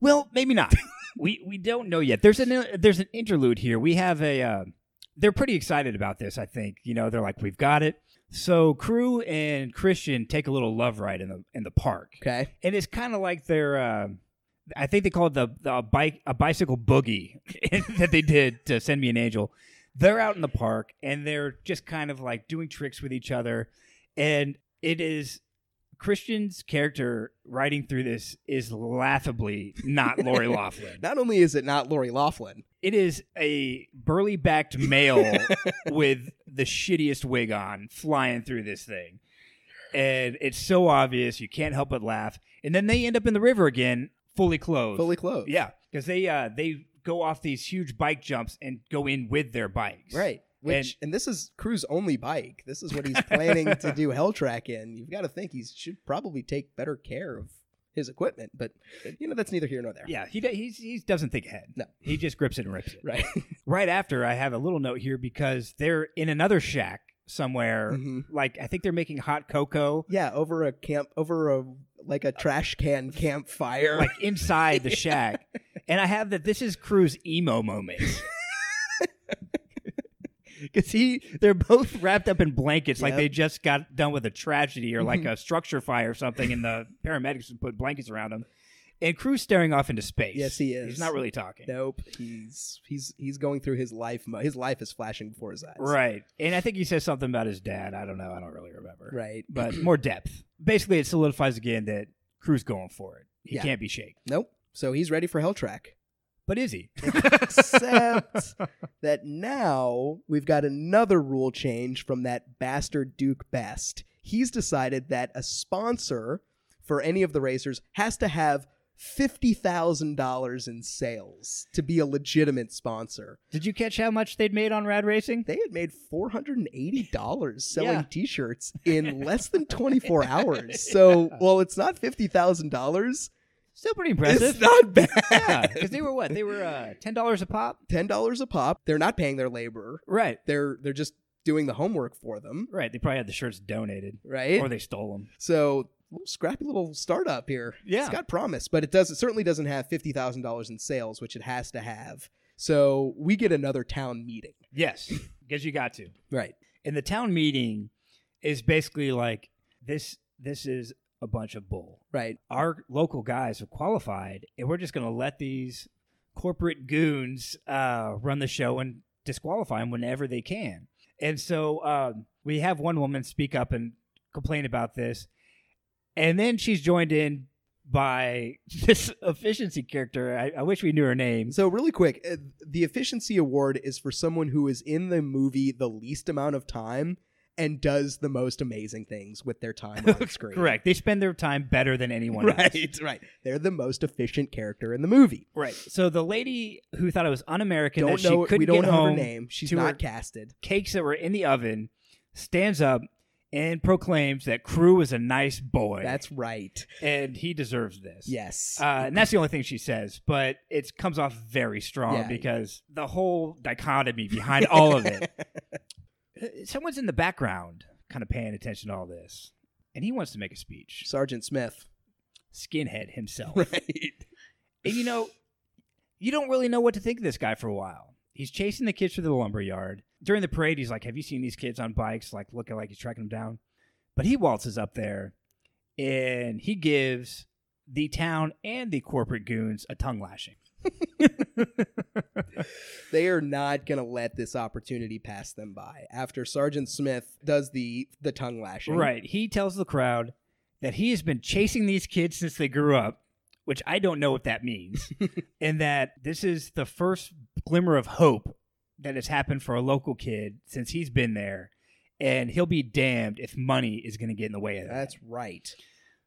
Well, maybe not. we we don't know yet. There's an there's an interlude here. We have a. Uh, they're pretty excited about this. I think you know they're like we've got it. So crew and Christian take a little love ride in the in the park,
okay
and it's kind of like their. Uh, I think they call it the the bike a bicycle boogie that they did to send me an angel. They're out in the park and they're just kind of like doing tricks with each other, and it is Christian's character riding through this is laughably not Lori Laughlin.
not only is it not lori laughlin
It is a burly backed male with the shittiest wig on flying through this thing. And it's so obvious, you can't help but laugh. And then they end up in the river again, fully clothed.
fully clothed
Yeah, because they uh, they go off these huge bike jumps and go in with their bikes.
Right. Which and, this is Crew's only bike. This is what he's planning to do hell track in. You've got to think he should probably take better care of his equipment, but you know that's neither here nor there.
Yeah, he do- he's, he doesn't think ahead.
No.
he just grips it and rips it.
Right.
Right after, I have a little note here because they're in another shack somewhere.
Mhm.
Like I think they're making hot cocoa.
Yeah, over a camp over a like a trash can campfire.
like inside the shack. And I have that this is Crew's emo moment. Because he, they're both wrapped up in blankets, like
Yep. Mm-hmm.
they just got done with a tragedy or like a structure fire or something, and the paramedics put blankets around them. And Crew's staring off into space.
Yes, he is.
He's not really talking.
nope. He's he's he's going through his life mo- his life is flashing before his eyes.
Right. And I think he says something about his dad. I don't know. I don't really remember.
Right.
But more depth. Basically, it solidifies again that Crew's going for it. He
Yeah.
can't be shaken.
Nope. So he's ready for hell track.
But is he?
Except that now we've got another rule change from that bastard Duke Best. He's decided that a sponsor for any of the racers has to have $50,000 in sales to be a legitimate sponsor.
Did you catch how much they'd made on Rad Racing?
They had made $480 selling
Yeah.
t shirts in less than 24 hours. So, well, it's not $50,000.
Still pretty
It's
impressive.
not bad.
yeah, because they were what? They were uh, ten dollars a pop.
$10 a pop. They're not paying their laborer.
Right,
they're they're just doing the homework for them,
right. They probably had the shirts donated,
right?
or they stole them.
so little scrappy little startup here.
Yeah.
it's got promise, but it does it certainly doesn't have fifty thousand dollars in sales, which it has to have. So we get another town meeting,
Yes, because you got to.
right?
And the town meeting is basically like this. This is a bunch of bull.
Right.
Our local guys have qualified, and we're just going to let these corporate goons uh, run the show and disqualify them whenever they can. And so um, we have one woman speak up and complain about this. And then she's joined in by this efficiency character. I, I wish we knew her name.
So really quick, uh, the efficiency award is for someone who is in the movie the least amount of time and does the most amazing things with their time on screen.
Correct. They spend their time better than anyone else.
Right, right. They're the most efficient character in the movie.
Right. So the lady who thought it was un-American
Don't
that
know.
she couldn't
We don't
get
know her
home,
name. She's
to her-
not casted.
cakes that were in the oven, stands up and proclaims that Crew is a nice boy.
That's right.
and he deserves this.
Yes.
Uh, and that's the only thing she says, but it comes off very strong
Yeah.
because the whole dichotomy behind all of it uh, someone's in the background kind of paying attention to all this, and he wants to make a speech.
Sergeant Smith.
Skinhead himself.
Right.
And you know, you don't really know what to think of this guy for a while. He's chasing the kids through the lumberyard. During the parade, he's like, Have you seen these kids on bikes? Like, looking like he's tracking them down. But he waltzes up there and he gives the town and the corporate goons a tongue lashing.
They are not going to let this opportunity pass them by. After Sergeant Smith does the the tongue lashing.
Right. He tells the crowd that he has been chasing these kids since they grew up, which I don't know what that means, and that this is the first glimmer of hope that has happened for a local kid since he's been there, and he'll be damned if money is going to get in the way of that.
That's right.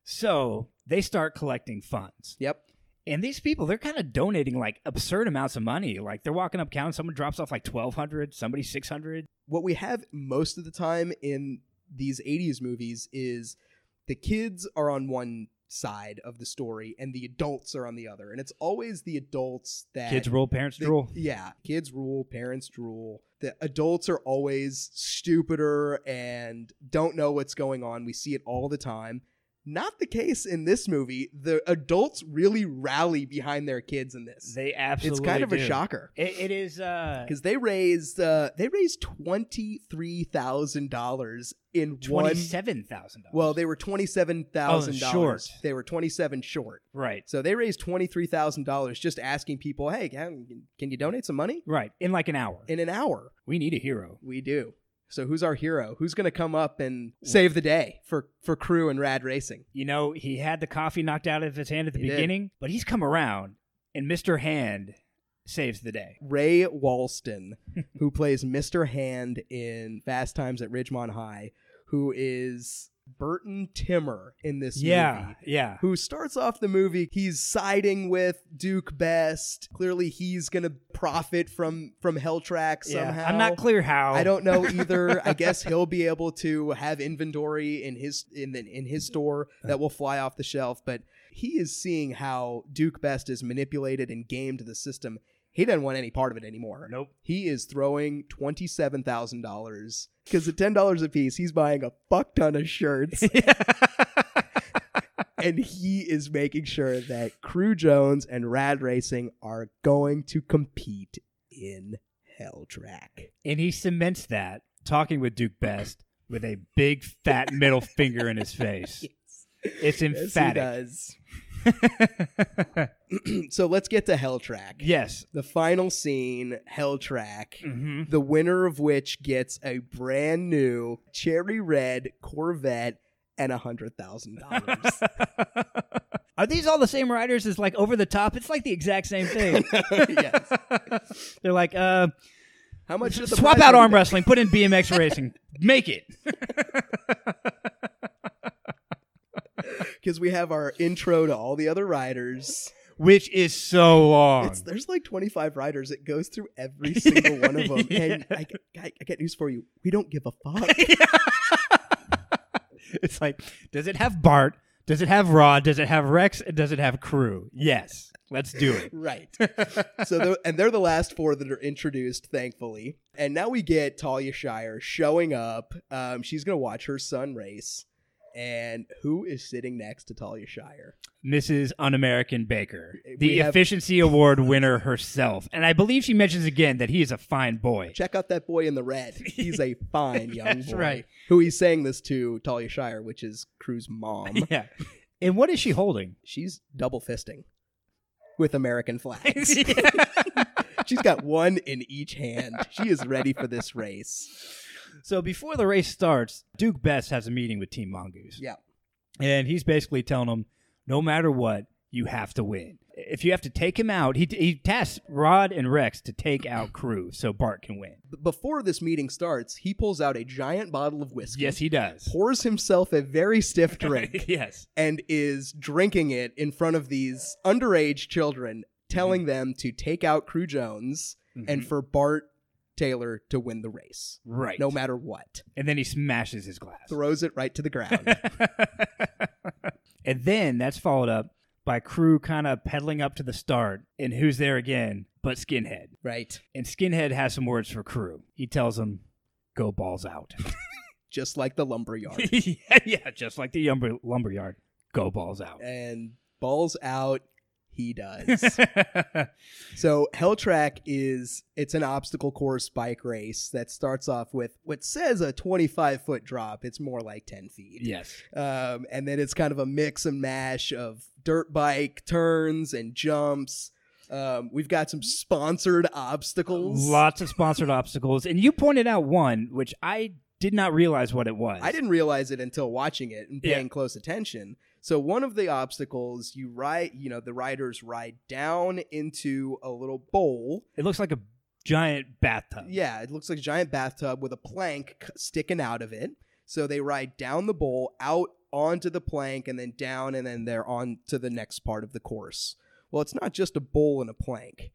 so they start collecting funds.
Yep.
And these people, they're kind of donating like absurd amounts of money. Like they're walking up counting, someone drops off like 1200 somebody 600
What we have most of the time in these 80s movies is the kids are on one side of the story and the adults are on the other. And it's always the adults that
Kids roll, parents
the-
drool.
Yeah, kids rule, parents drool. The adults are always stupider and don't know what's going on. We see it all the time. Not the case in this movie. The adults really rally behind their kids in this.
They absolutely
it's kind of a
do.
shocker
It, it is uh
because they raised uh, they raised twenty three thousand dollars in one.
$27,000.
Well, they were twenty seven thousand
Oh, short.
dollars. They were twenty seven short.
right.
So they raised twenty three thousand dollars just asking people, "Hey, can, can you donate some money?"
Right. In like an hour.
In an hour,
we need a hero.
We do. So who's our hero? Who's going to come up and save the day for for crew and rad racing?
You know, he had the coffee knocked out of his hand at the
He did.
beginning, but he's come around and Mr. Hand saves the day.
Ray Walston, who plays Mr. Hand in Fast Times at Ridgemont High, who is Burton Timmer in this
Yeah.
movie.
Yeah.
Who starts off the movie? He's siding with Duke Best. Clearly, he's gonna profit from from Helltrack
Yeah.
somehow.
I'm not clear how.
I don't know either. I guess he'll be able to have inventory in his in the, in his store that will fly off the shelf. But he is seeing how Duke Best is manipulated and gamed the system. He doesn't want any part of it anymore.
Nope.
He is throwing twenty seven thousand dollars because at ten dollars a piece, he's buying a fuck ton of shirts, and he is making sure that Crew Jones and Rad Racing are going to compete in Hell Track.
and he cements that talking with Duke Best with a big fat middle finger in his face. It's
Yes, he
emphatic.
does. so let's get to Hell Track.
yes.
The final scene, Hell Track,
hmm
the winner of which gets a brand new cherry red Corvette and a hundred thousand dollars.
Are these all the same writers as like over the top? It's like the exact same thing.
yes.
They're like, uh,
How much should the
swap
prize
out
be?
arm wrestling, put in BMX racing, make it.
Because we have our intro to all the other riders.
Which is so long.
It's there's like twenty five riders. It goes through every single one of them. And I, I, I got news for you. We don't give a fuck.
It's like, does it have Bart? Does it have Rod? Does it have Rex? And Does it have Crew? Yes. Let's do it.
Right. so, the, and they're the last four that are introduced, thankfully. And now we get Talia Shire showing up. Um, she's going to watch her son race. And who is sitting next to Talia Shire?
Mrs. Un American Baker,
We
the
have-
Efficiency Award winner herself. And I believe she mentions again that he is a fine boy.
Check out that boy in the red. He's a fine young
That's
boy.
right.
Who he's saying this to Talia Shire, which is Crew's mom.
Yeah. And what is she holding?
She's double fisting with American flags. She's got one in each hand. She is ready for this race.
So before the race starts, Duke Best has a meeting with Team Mongoose.
Yeah.
And he's basically telling him, no matter what, you have to win. If you have to take him out, he, he tasks Rod and Rex to take out Crew so Bart can win.
B- before this meeting starts, he pulls out a giant bottle of whiskey,
Yes, he does.
pours himself a very stiff drink,
yes.
and is drinking it in front of these underage children, telling
Mm-hmm.
them to take out Crew Jones and for Bart Taylor to win the race,
Right.
no matter what.
and then he smashes his glass.
Throws it right to the ground.
and then that's followed up by crew kind of pedaling up to the start. And who's there again but Skinhead?
right.
And Skinhead has some words for crew. He tells him, go balls out.
just like the lumberyard.
yeah, yeah, just like the lumber lumberyard, go balls out.
and balls out, he does. So Hell Track is it's an obstacle course bike race that starts off with what says a 25 foot drop. It's more like 10 feet.
yes.
Um, and then it's kind of a mix and mash of dirt bike turns and jumps. Um, we've got some sponsored obstacles.
Lots of sponsored obstacles. And you pointed out one, which I did not realize what it was.
I didn't realize it until watching it and
Yeah.
paying close attention. So one of the obstacles you ride, you know, the riders ride down into a little bowl
It looks like a giant bathtub.
Yeah, it looks like a giant bathtub with a plank c- sticking out of it. So they ride down the bowl, out onto the plank, and then down, and then they're on to the next part of the course. Well, it's not just a bowl and a plank.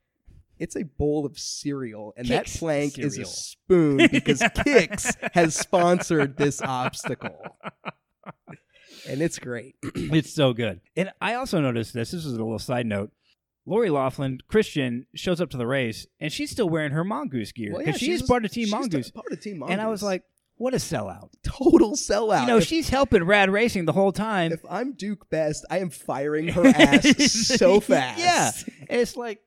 It's a bowl of cereal, and
Kix
that plank is a
cereal.
spoon because Kix has sponsored this obstacle. And it's great.
It's so good. And I also noticed this. This is a little side note. Lori Laughlin, Christian, shows up to the race, and she's still wearing her mongoose gear
Well,
because
yeah,
she
she's
is part of Team
she's
Mongoose.
Part of Team Mongoose. Uh,
And I was like, what a sellout.
total sellout.
You know,
If
she's helping Rad Racing the whole time.
If I'm Duke Best, I am firing her ass so fast.
Yeah. And it's like,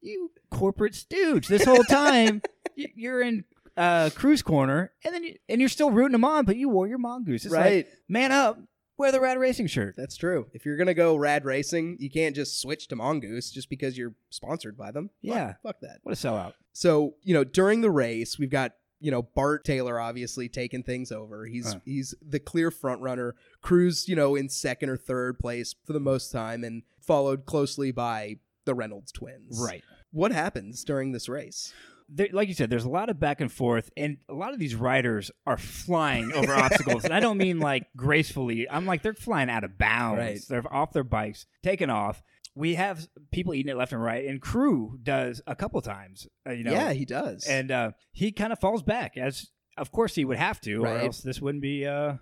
you corporate stooge, this whole time y- you're in uh, cruise corner and then you, and you're still rooting them on, but you wore your mongoose. It's
right.
like, man up, wear the Rad Racing shirt.
That's true. If you're gonna go rad racing, you can't just switch to Mongoose just because you're sponsored by them. Fuck-
Yeah.
Fuck that.
What a sellout.
So, you know, during the race, we've got, you know, Bart Taylor obviously taking things over. He's
Huh.
he's the clear front runner. Cruz, you know, in second or third place for the most time and followed closely by the Reynolds twins. What happens during this race?
There, like you said, there's a lot of back and forth, and a lot of these riders are flying over obstacles. And I don't mean like gracefully. I'm like, they're flying out of bounds.
Right.
They're off their bikes, taking off. We have people eating it left and right, and Crew does a couple times. uh, you know,
yeah, he does.
and uh, he kind of falls back as of course he would have to or
Right.
else this wouldn't be uh,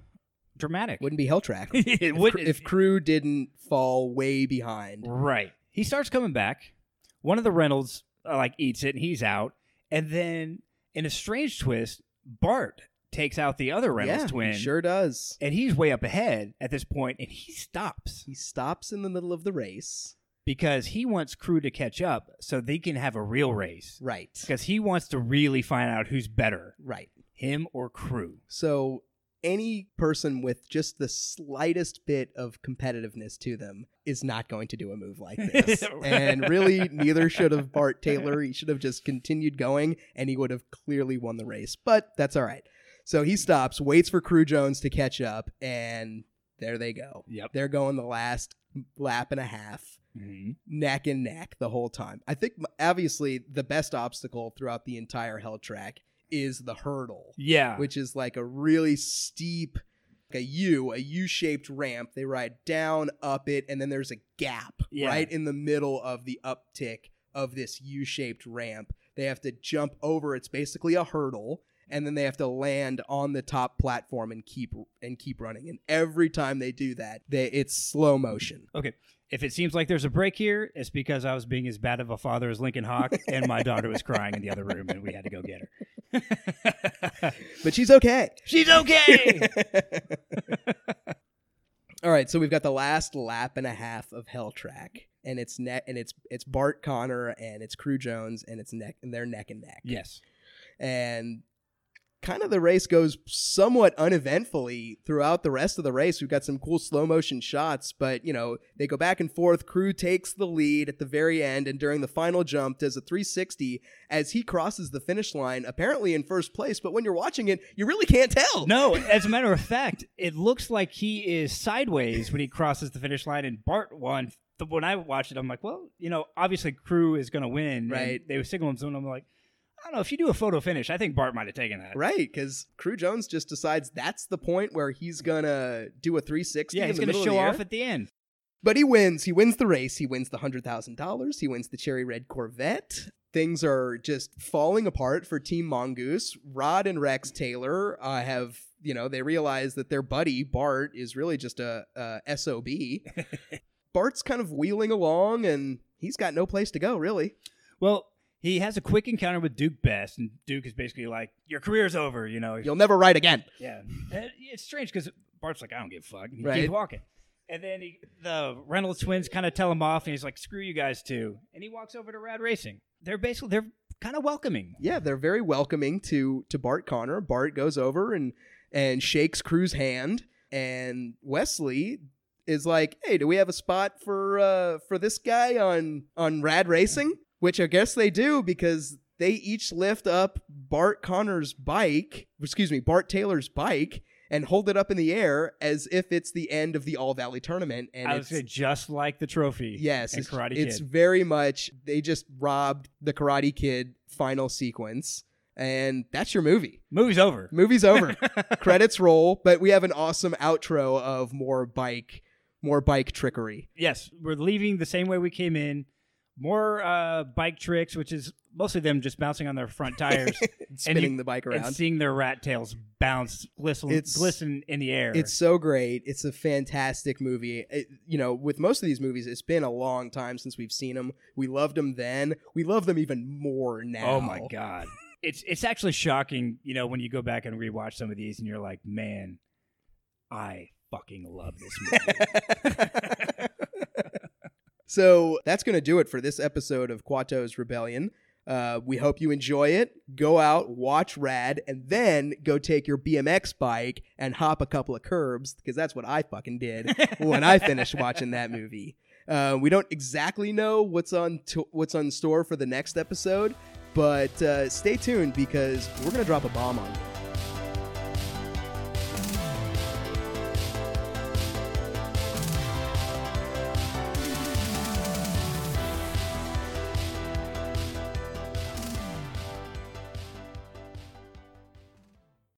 dramatic
wouldn't be hell track.
it
if,
would
Cr- if crew didn't fall way behind
right he starts coming back one of the reynolds uh, like eats it and he's out and then in a strange twist bart takes out the other reynolds
yeah,
twin
he sure does
and he's way up ahead at this point and he stops
he stops in the middle of the race
because he wants crew to catch up so they can have a real race
right
because he wants to really find out who's better
right
him or crew
so any person with just the slightest bit of competitiveness to them is not going to do a move like this and really neither should have bart taylor he should have just continued going and he would have clearly won the race but that's all right so he stops waits for crew jones to catch up and there they go
yep
they're going the last lap and a half
hmm
Mm-hmm. neck and neck the whole time. I think m- obviously the best obstacle throughout the entire hell track is the hurdle,
yeah
which is like a really steep like a U, a U-shaped ramp. They ride down up it and then there's a gap
Yeah.
right in the middle of the uptick of this U-shaped ramp. They have to jump over it's basically a hurdle and then they have to land on the top platform and keep and keep running. And every time they do that, they it's slow motion.
If it seems like there's a break here, it's because I was being as bad of a father as Lincoln Hawk, and my daughter was crying in the other room, and we had to go get her.
But she's okay.
She's okay.
All right, so we've got the last lap and a half of Hell Track, and it's net, and it's it's Bart Connor and it's Crew Jones, and it's neck, and they're neck and neck.
yes.
and kind of the race goes somewhat uneventfully throughout the rest of the race. We've got some cool slow motion shots, but you know they go back and forth. Crew takes the lead at the very end, and during the final jump, does a 360 as he crosses the finish line, apparently in first place. But when you're watching it, you really can't tell.
No, as a matter of fact, it looks like he is sideways when he crosses the finish line, and Bart won. Th- When I watched it, I'm like, well, you know, obviously Crew is going to win. and
Right.
They were signaling someone. I'm like, I don't know. If you do a photo finish, I think Bart might have taken that.
Right, because Crew Jones just decides that's the point where he's gonna do a 360.
Yeah, he's
going to
show off
At-
at the end.
but he wins. He wins the race. He wins the hundred thousand dollars. He wins the cherry red Corvette. Things are just falling apart for Team Mongoose. Rod and Rex Taylor uh, have, you know, they realize that their buddy Bart is really just a, a sob. Bart's kind of wheeling along, and he's got no place to go really.
Well, He has a quick encounter with Duke Best, and Duke is basically like, "Your career's over," you know.
You'll never write again.
Yeah, And it's strange because Bart's like, "I don't give a fuck," and he
Right.
keeps walking. And then he, the Reynolds twins kind of tell him off, and he's like, "Screw you guys too," and he walks over to Rad Racing. They're basically they're kind of welcoming.
Yeah, they're very welcoming to to Bart Connor. Bart goes over and and shakes Crew's hand, and Wesley is like, "Hey, do we have a spot for uh for this guy on on Rad Racing?" Which I guess they do because they each lift up Bart Connor's bike, excuse me, Bart Taylor's bike. And hold it up in the air as if it's the end of the All Valley tournament, and
I would
it's
say just like the trophy.
Yes,
and
it's,
Karate
it's
Kid.
very much they just robbed the Karate Kid final sequence, and that's your movie.
Movie's over.
Movie's over, credits roll, but we have an awesome outro of more bike, more bike trickery.
yes, we're leaving the same way we came in. More uh, bike tricks, which is mostly them just bouncing on their front tires
Spinning the bike
and
around.
seeing their rat tails bounce, glisten,
It's-
glisten in the air.
It's so great. It's a fantastic movie. It- you know, with most of these movies, it's been a long time since we've seen them. We loved them then. We love them even more now.
oh my god, it's it's actually shocking. You know, when you go back and rewatch some of these, and you're like, man, I fucking love this movie.
So that's going to do it for this episode of Quato's Rebellion. Uh, we hope you enjoy it. Go out, watch Rad, and then go take your BMX bike and hop a couple of curbs because that's what I fucking did when I finished watching that movie. Uh, we don't exactly know what's on to- what's on store for the next episode, but uh, stay tuned because we're gonna drop a bomb on you.